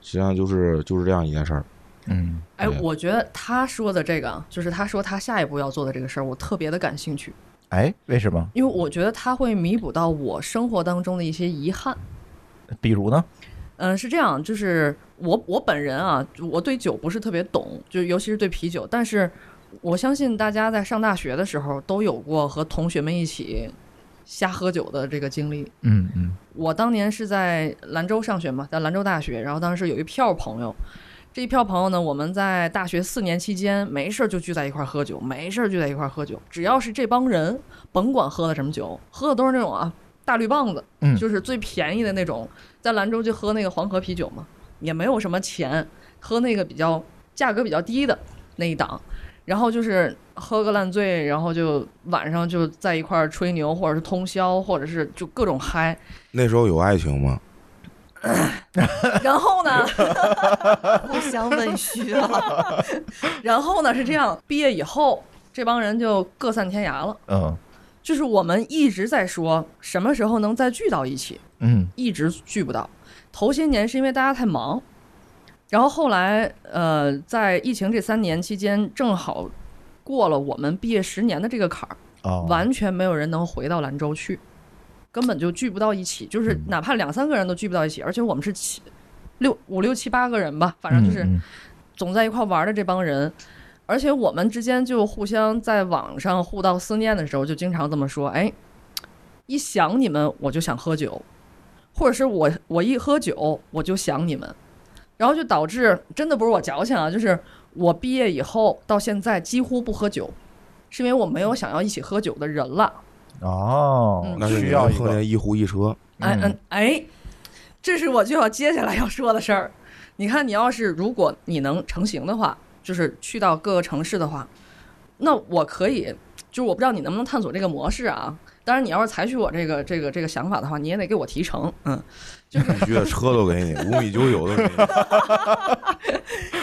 实际上就是就是这样一件事儿。
嗯，
哎，
对
我觉得他说的这个啊，就是他说他下一步要做的这个事儿，我特别的感兴趣，
哎，为什么？
因为我觉得他会弥补到我生活当中的一些遗憾。
比如呢？
嗯，是这样，就是我我本人啊，我对酒不是特别懂，就尤其是对啤酒，但是我相信大家在上大学的时候都有过和同学们一起瞎喝酒的这个经历。
嗯嗯
我当年是在兰州上学嘛，在兰州大学，然后当时有一票朋友，这一票朋友呢，我们在大学四年期间没事儿就聚在一块儿喝酒，没事儿聚在一块儿喝酒，只要是这帮人，甭管喝的什么酒，喝的都是那种啊大绿棒子，
嗯
就是最便宜的那种，在兰州就喝那个黄河啤酒嘛，也没有什么钱，喝那个比较价格比较低的那一档。然后就是喝个烂醉，然后就晚上就在一块儿吹牛，或者是通宵，或者是就各种嗨。
那时候有爱情吗？
然后呢，
互相问虚了。
然后呢是这样，毕业以后这帮人就各散天涯了。
嗯
就是我们一直在说什么时候能再聚到一起，
嗯
一直聚不到。头些年是因为大家太忙，然后后来呃，在疫情这三年期间，正好过了我们毕业十年的这个坎儿，
哦，
完全没有人能回到兰州去，根本就聚不到一起，
嗯
就是哪怕两三个人都聚不到一起，而且我们是七六五六七八个人吧，反正就是
嗯
总在一块玩的这帮人，而且我们之间就互相在网上互道思念的时候，就经常这么说：“哎，一想你们我就想喝酒，或者是我我一喝酒我就想你们。”然后就导致真的不是我矫情啊，就是我毕业以后到现在几乎不喝酒，是因为我没有想要一起喝酒的人了。
嗯哦
嗯，
那是
需
你
要
们
一
碰
个
见一壶 一车，
哎
嗯
嗯哎，这是我就要接下来要说的事儿。你看，你要是如果你能成型的话，就是去到各个城市的话，那我可以，就是我不知道你能不能探索这个模式啊。当然，你要是采取我这个这个这个想法的话，你也得给我提成。嗯，
必须的车都给你，五米九九都给你。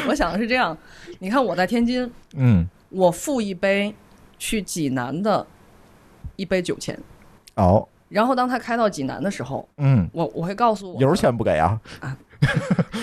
我想的是这样。你看我在天津，
嗯
我付一杯去济南的一杯酒钱，
哦
然后当他开到济南的时候，
嗯，
我我会告诉我
油钱不给啊？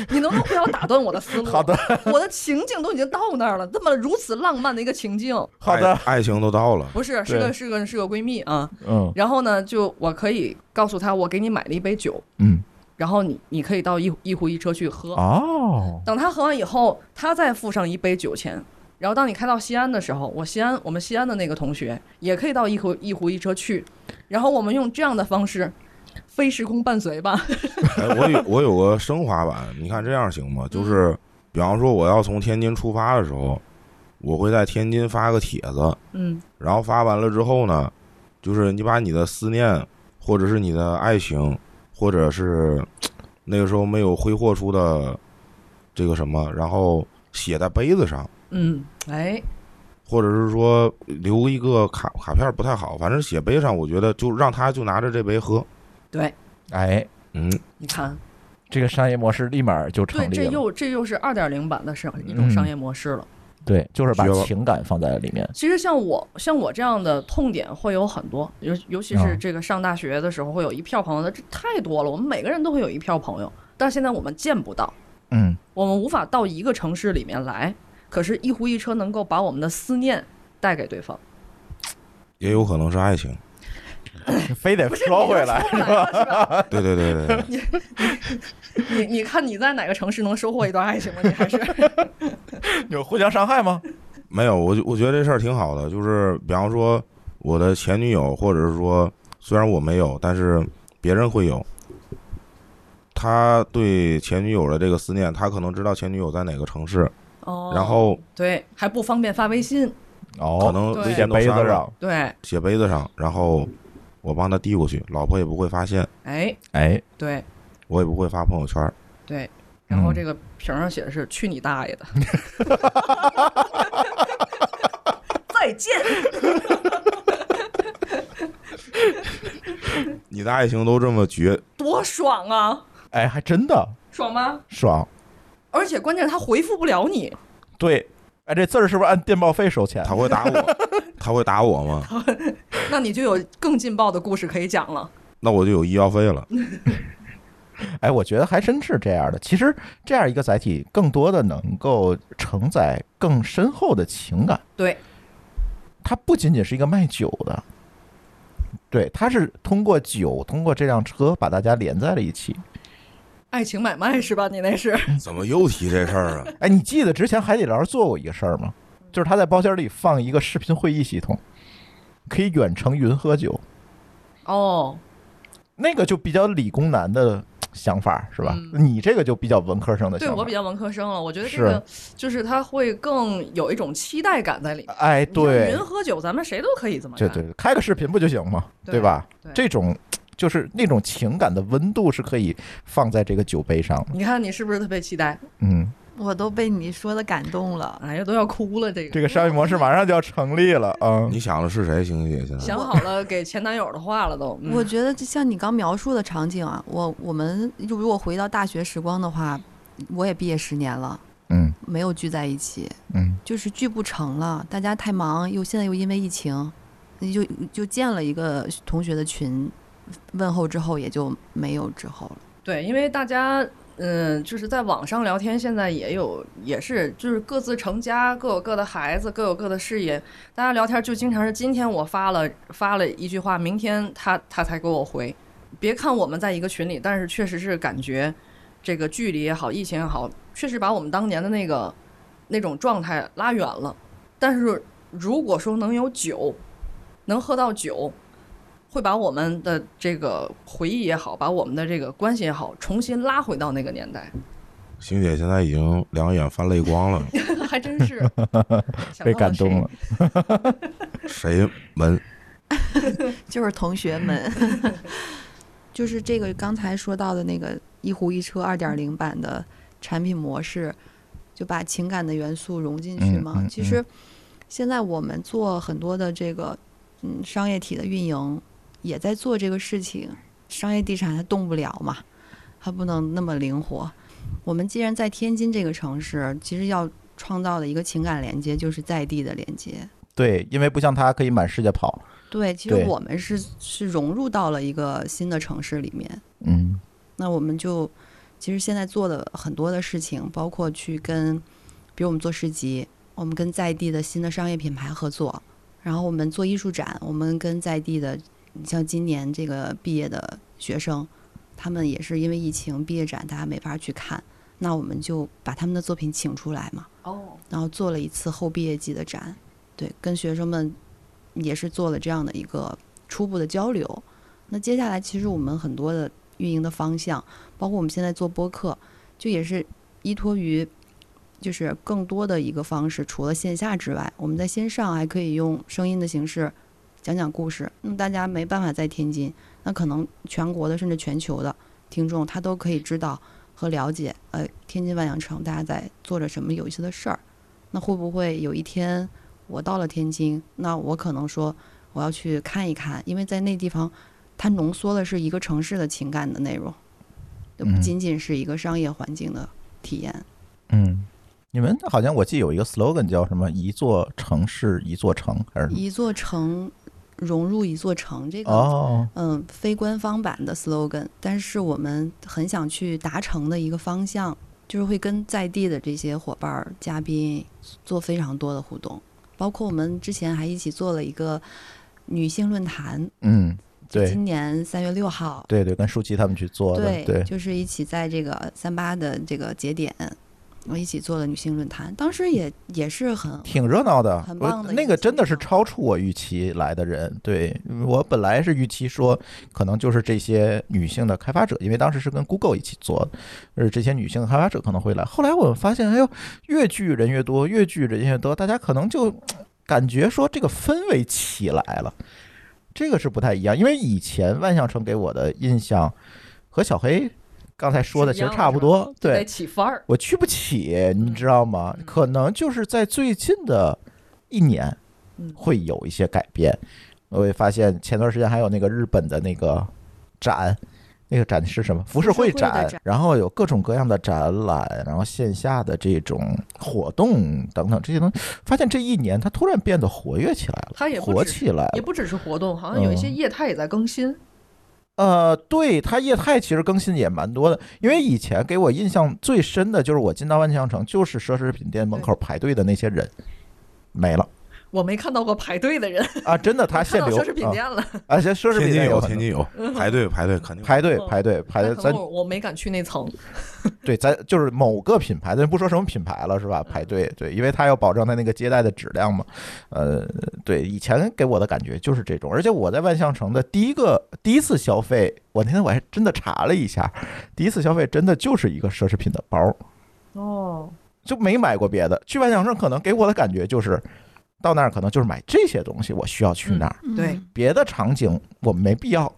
你能不能不要打断我的思路？啊
好的，
哎
我的情境都已经到那儿了，这么如此浪漫的一个情境，
好的，
爱，爱情都到了，
不是是个是个是个闺蜜啊。
嗯
然后呢，就我可以告诉她，我给你买了一杯酒，
嗯
然后你你可以到一一壶一车去喝。
哦
等她喝完以后，她再付上一杯酒钱。然后当你开到西安的时候，我西安我们西安的那个同学也可以到一壶一壶一车去，然后我们用这样的方式，非时空伴随吧。
哎，我有我有个升华版，你看这样行吗？就是比方说我要从天津出发的时候，我会在天津发个帖子，
嗯
然后发完了之后呢，就是你把你的思念，或者是你的爱情，或者是那个时候没有挥霍出的这个什么，然后写在杯子上，
嗯，哎，
或者是说留一个卡卡片不太好，反正写杯上，我觉得就让他就拿着这杯喝，
对，
哎，
嗯，
你看，
这个商业模式立马就
对，
成立
这
了，嗯
又这又是二点零版的商一种商业模式了。
对，就是把
绝了
情感放在里面，
其实像我像我这样的痛点会有很多，尤尤其
啊
是这个上大学的时候会有一票朋友的，这太多了。我们每个人都会有一票朋友，但现在我们见不到，
嗯
我们无法到一个城市里面来。可是，一壶一车能够把我们的思念带给对方。
也有可能是爱情。
非得说回来
是
哦
吧？
对对对对对，
你你看你在哪个城市能收获一段爱情吗？你 还是
有互相伤害吗？
没有，我就我觉得这事儿挺好的，就是比方说我的前女友，或者是说虽然我没有，但是别人会有。他对前女友的这个思念，他可能知道前女友在哪个城市，
哦，
然后
对还不方便发微信，
哦，
可能
对
微
写
信都
杯子
删了，
上，
对，
写杯子上，然后我帮他递过去，老婆也不会发现，
哎，
哎，
对
我也不会发朋友圈。
对。然后
嗯
这个瓶儿上写的是“去你大爷的”， 再见。
你的爱情都这么绝，
多爽啊，
哎，还真的
爽吗？
爽。
而且关键他回复不了你，
对，哎，这字儿是不是按电报费收钱？
他会打我，他会打我 吗？
那你就有更劲爆的故事可以讲了。
那我就有医药费了。
哎，我觉得还真是这样的。其实这样一个载体，更多的能够承载更深厚的情感。
对，
它不仅仅是一个卖酒的，对，它是通过酒，通过这辆车把大家连在了一起。
爱情买卖是吧？你那是
怎么又提这事儿啊？
哎，你记得之前海底捞做过一个事儿吗？就是他在包间里放一个视频会议系统，可以远程云喝酒，
哦，
那个就比较理工男的想法是吧？
嗯
你这个就比较文科生的想
对
法。
我比较文科生了，我觉得这个就是他会更有一种期待感在里面。
哎，对
云，喝酒，咱们谁都可以这么
对
干。
对，对开个视频不就行吗？
对
吧？
对
这种就是那种情感的温度是可以放在这个酒杯上的。
你看你是不是特别期待？
嗯，
我都被你说的感动了。
哎呀，都要哭了，这个。
这个商业模式马上就要成立了啊！
你想的是谁，星姐？现在
想好了给前男友的话了都。嗯
我觉得就像你刚描述的场景啊，我我们就如果回到大学时光的话，我也毕业十年了，
嗯
没有聚在一起，
嗯
就是聚不成了，大家太忙，又现在又因为疫情，就就建了一个同学的群，问候之后也就没有之后了。
对，因为大家嗯、就是在网上聊天，现在也有也是就是各自成家，各有各的孩子，各有各的事业，大家聊天就经常是今天我发了发了一句话，明天他他才给我回。别看我们在一个群里，但是确实是感觉这个距离也好，疫情也好，确实把我们当年的那个那种状态拉远了。但是如果说能有酒，能喝到酒，会把我们的这个回忆也好，把我们的这个关系也好，重新拉回到那个年代，
星姐现在已经两眼泛泪光了，
还真 是想
被
到
感动
谁
了。
谁门？
就是同学们，
就是这个刚才说到的那个一壶一车二点零版的产品模式，就把情感的元素融进去嘛。
嗯嗯
其实现在我们做很多的这个嗯商业体的运营，也在做这个事情。商业地产它动不了嘛，它不能那么灵活。我们既然在天津这个城市，其实要创造的一个情感连接，就是在地的连接。
对，因为不像他可以满世界跑。
对，其实
对
我们是是融入到了一个新的城市里面。
嗯
那我们就其实现在做的很多的事情，包括去跟，比如我们做市集，我们跟在地的新的商业品牌合作，然后我们做艺术展，我们跟在地的，你像今年这个毕业的学生，他们也是因为疫情毕业展大家没法去看，那我们就把他们的作品请出来嘛，
哦，
然后做了一次后毕业季的展，对，跟学生们也是做了这样的一个初步的交流。那接下来，其实我们很多的运营的方向，包括我们现在做播客，就也是依托于就是更多的一个方式，除了线下之外，我们在线上还可以用声音的形式讲讲故事。那么大家没办法在天津，那可能全国的甚至全球的听众，他都可以知道和了解，呃，天津万象城大家在做着什么有意思的事儿。那会不会有一天我到了天津，那我可能说我要去看一看，因为在那地方，它浓缩的是一个城市的情感的内容，就不
嗯
仅仅是一个商业环境的体验。
嗯，你们好像我记得有一个 slogan 叫什么“一座城市一座城”还是什么？
一座城融入一座城这个，
哦，
嗯，非官方版的 slogan，但是我们很想去达成的一个方向，就是会跟在地的这些伙伴儿、嘉宾做非常多的互动，包括我们之前还一起做了一个女性论坛，
嗯，
就
对
今年三月六号，
对对，跟舒淇他们去做的，对
就是一起在这个三八的这个节点，我一起做了女性论坛，当时也也是很
挺热闹的
嗯很，棒
我
的一
那
个
个真的
情
是
况
超出我预期来的人。对我本来是预期说，可能就是这些女性的开发者，因为当时是跟 Google 一起做的，就是这些女性的开发者可能会来。后来我发现，哎呦，越剧人越多，越剧人越多，大家可能就感觉说这个氛围起来了，这个是不太一样。因为以前万象城给我的印象和小黑刚才说的
是
其实
一样的
差不
是吧
多，对，
得起范儿。
我去不起，你
嗯
知道吗
嗯？
可能就是在最近的一年
嗯，
会有一些改变。我也发现前段时间还有那个日本的那个展，那个展是什么？浮世绘
浮世绘
展
的展，
然后有各种各样的展览，然后线下的这种活动等等这些东西，发现这一年它突然变得活跃起来了，
它也不
活
只
起来了
也。不只是活动，好像有一些
嗯
业态也在更新。
呃，对，它业态其实更新也蛮多的，因为以前给我印象最深的就是我进到万象城，就是奢侈品店门口排队的那些人没了。
我没看到过排队的人，
啊，真的，他
看
限
到
流
奢侈品店了。
啊，啊，奢侈
天
品
津
店
有，
可能
天津有，排队排队肯定有。
排队
嗯
排队排队，
那可
咱
能我我没敢去那层，
对咱就是某个品牌，咱不说什么品牌了，是吧？排队对，因为他要保证他那个接待的质量嘛。呃，对，以前给我的感觉就是这种，而且我在万象城的第一个第一次消费，我那天我还真的查了一下，第一次消费真的就是一个奢侈品的包，
哦，
就没买过别的。去万象城可能给我的感觉就是，到那儿可能就是买这些东西，我需要去那儿，
对
嗯
别的场景我没必要。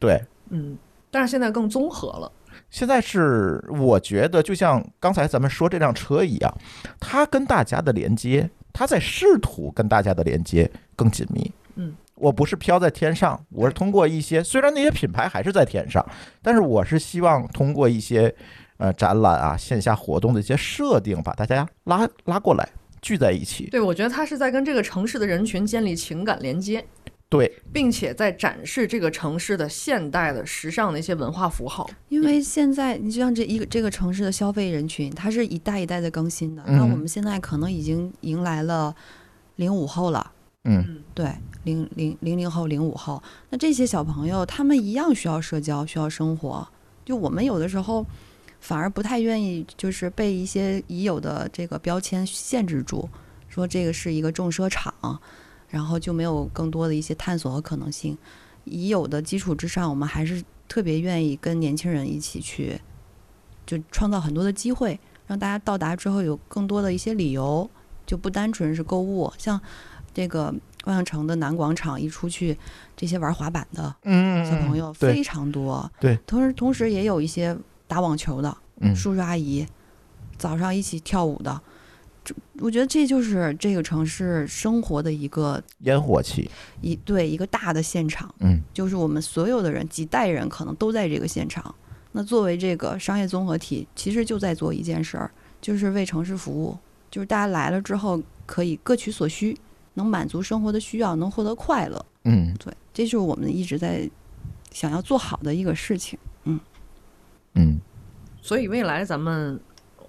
对，
嗯，但是现在更综合了，
现在是我觉得，就像刚才咱们说这辆车一样，它跟大家的连接，它在试图跟大家的连接更紧密。
嗯，
我不是飘在天上，我是通过一些，虽然那些品牌还是在天上，但是我是希望通过一些呃展览啊、线下活动的一些设定，把大家拉拉过来，聚在一起。
对我觉得他是在跟这个城市的人群建立情感连接，
对，
并且在展示这个城市的现代的时尚的一些文化符号。
因为现在你就像这一个这个城市的消费人群，它是一代一代在更新的。
嗯
那我们现在可能已经迎来了零五后了，
嗯，
对，零零零零后、零五后，那这些小朋友他们一样需要社交，需要生活。就我们有的时候反而不太愿意，就是被一些已有的这个标签限制住，说这个是一个重奢场，然后就没有更多的一些探索和可能性。已有的基础之上，我们还是特别愿意跟年轻人一起去，就创造很多的机会，让大家到达之后有更多的一些理由，就不单纯是购物，像这个万象城的南广场一出去，这些玩滑板的
嗯，
小朋友
对
非常多。
对
同时同时也有一些打网球的
嗯，
叔叔阿姨，早上一起跳舞的。这我觉得这就是这个城市生活的一个
烟火气，
一对一个大的现场，
嗯，
就是我们所有的人几代人可能都在这个现场。那作为这个商业综合体，其实就在做一件事儿，就是为城市服务，就是大家来了之后可以各取所需，能满足生活的需要，能获得快乐。
嗯，
对，这就是我们一直在想要做好的一个事情。
嗯，
所以未来咱们，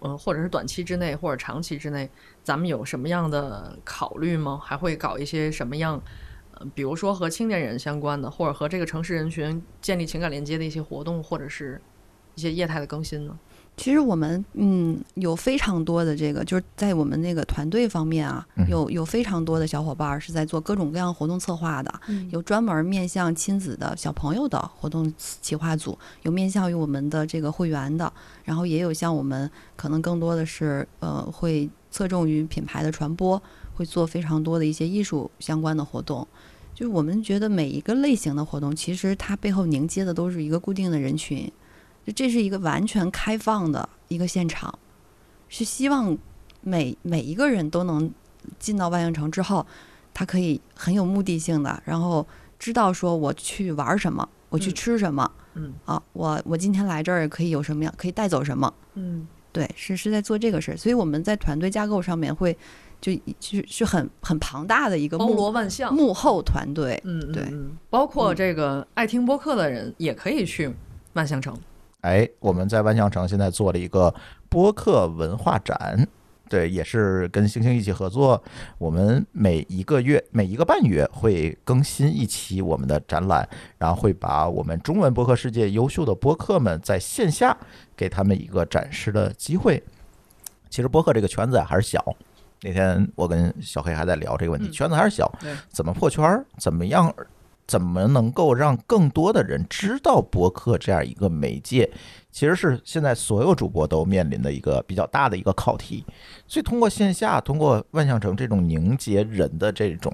呃，或者是短期之内，或者长期之内，咱们有什么样的考虑吗？还会搞一些什么样，呃，比如说和青年人相关的，或者和这个城市人群建立情感连接的一些活动，或者是一些业态的更新呢？
其实我们嗯有非常多的这个，就是在我们那个团队方面啊，
嗯
有有非常多的小伙伴儿是在做各种各样活动策划的，
嗯
有专门面向亲子的小朋友的活动企划组，有面向于我们的这个会员的，然后也有像我们可能更多的是呃会侧重于品牌的传播，会做非常多的一些艺术相关的活动。就是我们觉得每一个类型的活动，其实它背后凝结的都是一个固定的人群，就这是一个完全开放的一个现场，是希望每每一个人都能进到万象城之后，他可以很有目的性的，然后知道说我去玩什么，我去
嗯
吃什么，
嗯
啊，我我今天来这儿可以有什么样，可以带走什么，
嗯
对，是是在做这个事儿，所以我们在团队架构上面会就就是是很很庞大的一个
包罗
幕
万象。
幕后团队，
嗯，嗯
对
嗯包括这个爱听播客的人也可以去万象城。
哎，我们在万象城现在做了一个播客文化展，对，也是跟星星一起合作。我们每一个月、每一个半月会更新一期我们的展览，然后会把我们中文播客世界优秀的播客们在线下给他们一个展示的机会。其实播客这个圈子啊还是小。那天我跟小黑还在聊这个问题，
嗯
圈子还是小
对，
怎么破圈儿？怎么样？怎么能够让更多的人知道播客这样一个媒介？其实是现在所有主播都面临的一个比较大的一个考题。所以通过线下，通过万象城这种凝结人的这种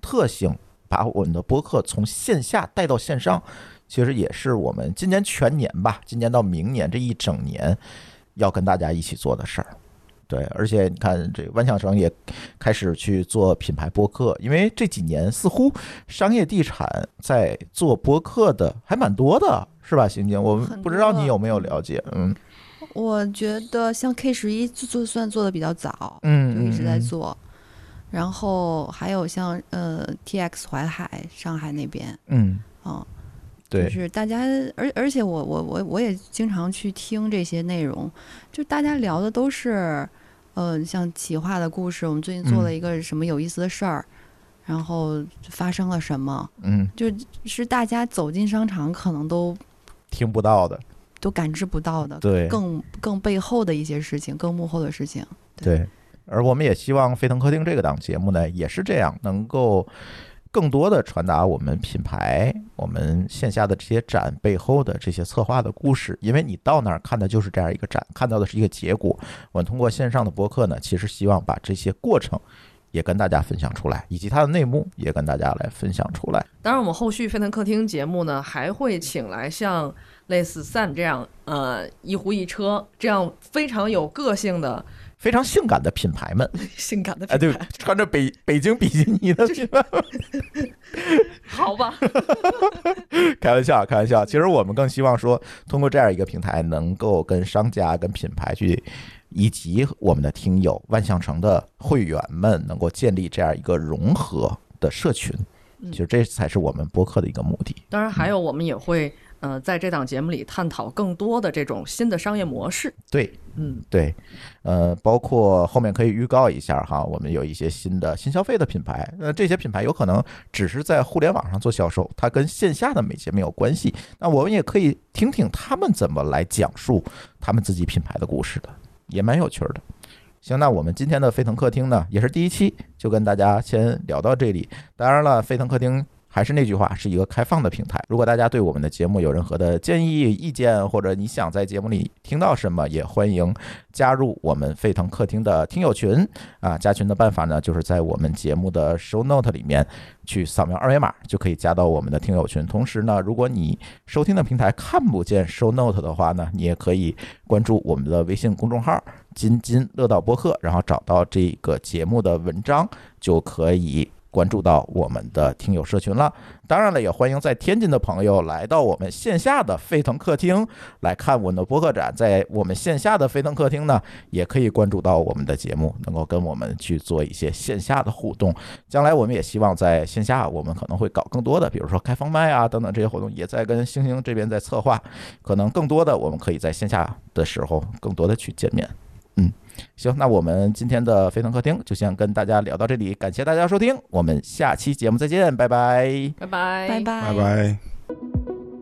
特性，把我们的播客从线下带到线上，其实也是我们今年全年吧，今年到明年这一整年要跟大家一起做的事儿。对，而且你看，这万象城也开始去做品牌播客，因为这几年似乎商业地产在做播客的还蛮多的，是吧，刑警？我
很
不知道
多
你有没有了解，嗯
我觉得像 K 十一就就算做的比较早，
嗯，
就一直在
嗯。
做。然后还有像呃 TX 淮海上海那边，
嗯，
嗯，就
对，
是大家，而而且我我我我也经常去听这些内容，就大家聊的都是
呃，像企划的故事，我们最近
嗯
做了一个什么有意思的事儿，然后发生了什么，
嗯，
是大家走进商场可能都
听不到的，
都感知不到的，
对
更更背后的一些事情，更幕后的事情。
对。而我们也希望《沸腾客厅》这个档节目呢，也是这样，能够更多的传达我们品牌、我们线下的这些展背后的这些策划的故事。因为你到那儿看的就是这样一个展，看到的是一个结果。我们通过线上的播客呢，其实希望把这些过程也跟大家分享出来，以及它的内幕也跟大家来分享出来。
当然，我们后续沸腾客厅节目呢，还会请来像类似 Sam 这样，呃，一壶一车这样非常有个性的、
非常性感的品牌们，
性感的
哎，
品
对
牌，，
穿着北北京比基尼的品牌们
好吧？
开玩笑，开玩
嗯
笑。其实我们更希望说，通过这样一个平台，能够跟商家、跟品牌去，以及我们的听友、万象城的会员们，能够建立这样一个融合的社群。
嗯
其实这才是我们播客的一个目的。
当然，还有我们也会，呃，在这档节目里探讨更多的这种新的商业模式。
对，
嗯，
对，呃，包括后面可以预告一下哈，我们有一些新的新消费的品牌，那这些品牌有可能只是在互联网上做销售，它跟线下的美睫没有关系。那我们也可以听听他们怎么来讲述他们自己品牌的故事的，也蛮有趣儿的。行，那我们今天的沸腾客厅呢，也是第一期，就跟大家先聊到这里。当然了，沸腾客厅还是那句话，是一个开放的平台。如果大家对我们的节目有任何的建议、意见，或者你想在节目里听到什么，也欢迎加入我们沸腾客厅的听友群啊。加群的办法呢，就是在我们节目的 show note 里面去扫描二维码，就可以加到我们的听友群。同时呢，如果你收听的平台看不见 show note 的话呢，你也可以关注我们的微信公众号“津津乐道播客”，然后找到这个节目的文章，就可以关注到我们的听友社群了。当然了，也欢迎在天津的朋友来到我们线下的沸腾客厅来看我们的播客展。在我们线下的沸腾客厅呢，也可以关注到我们的节目，能够跟我们去做一些线下的互动。将来我们也希望在线下，我们可能会搞更多的，比如说开放麦啊等等这些活动，也在跟星星这边在策划。可能更多的我们可以在线下的时候更多的去见面。嗯，行，那我们今天的飞腾客厅就先跟大家聊到这里，感谢大家收听，我们下期节目再见，拜拜。
拜拜，
拜拜
拜拜。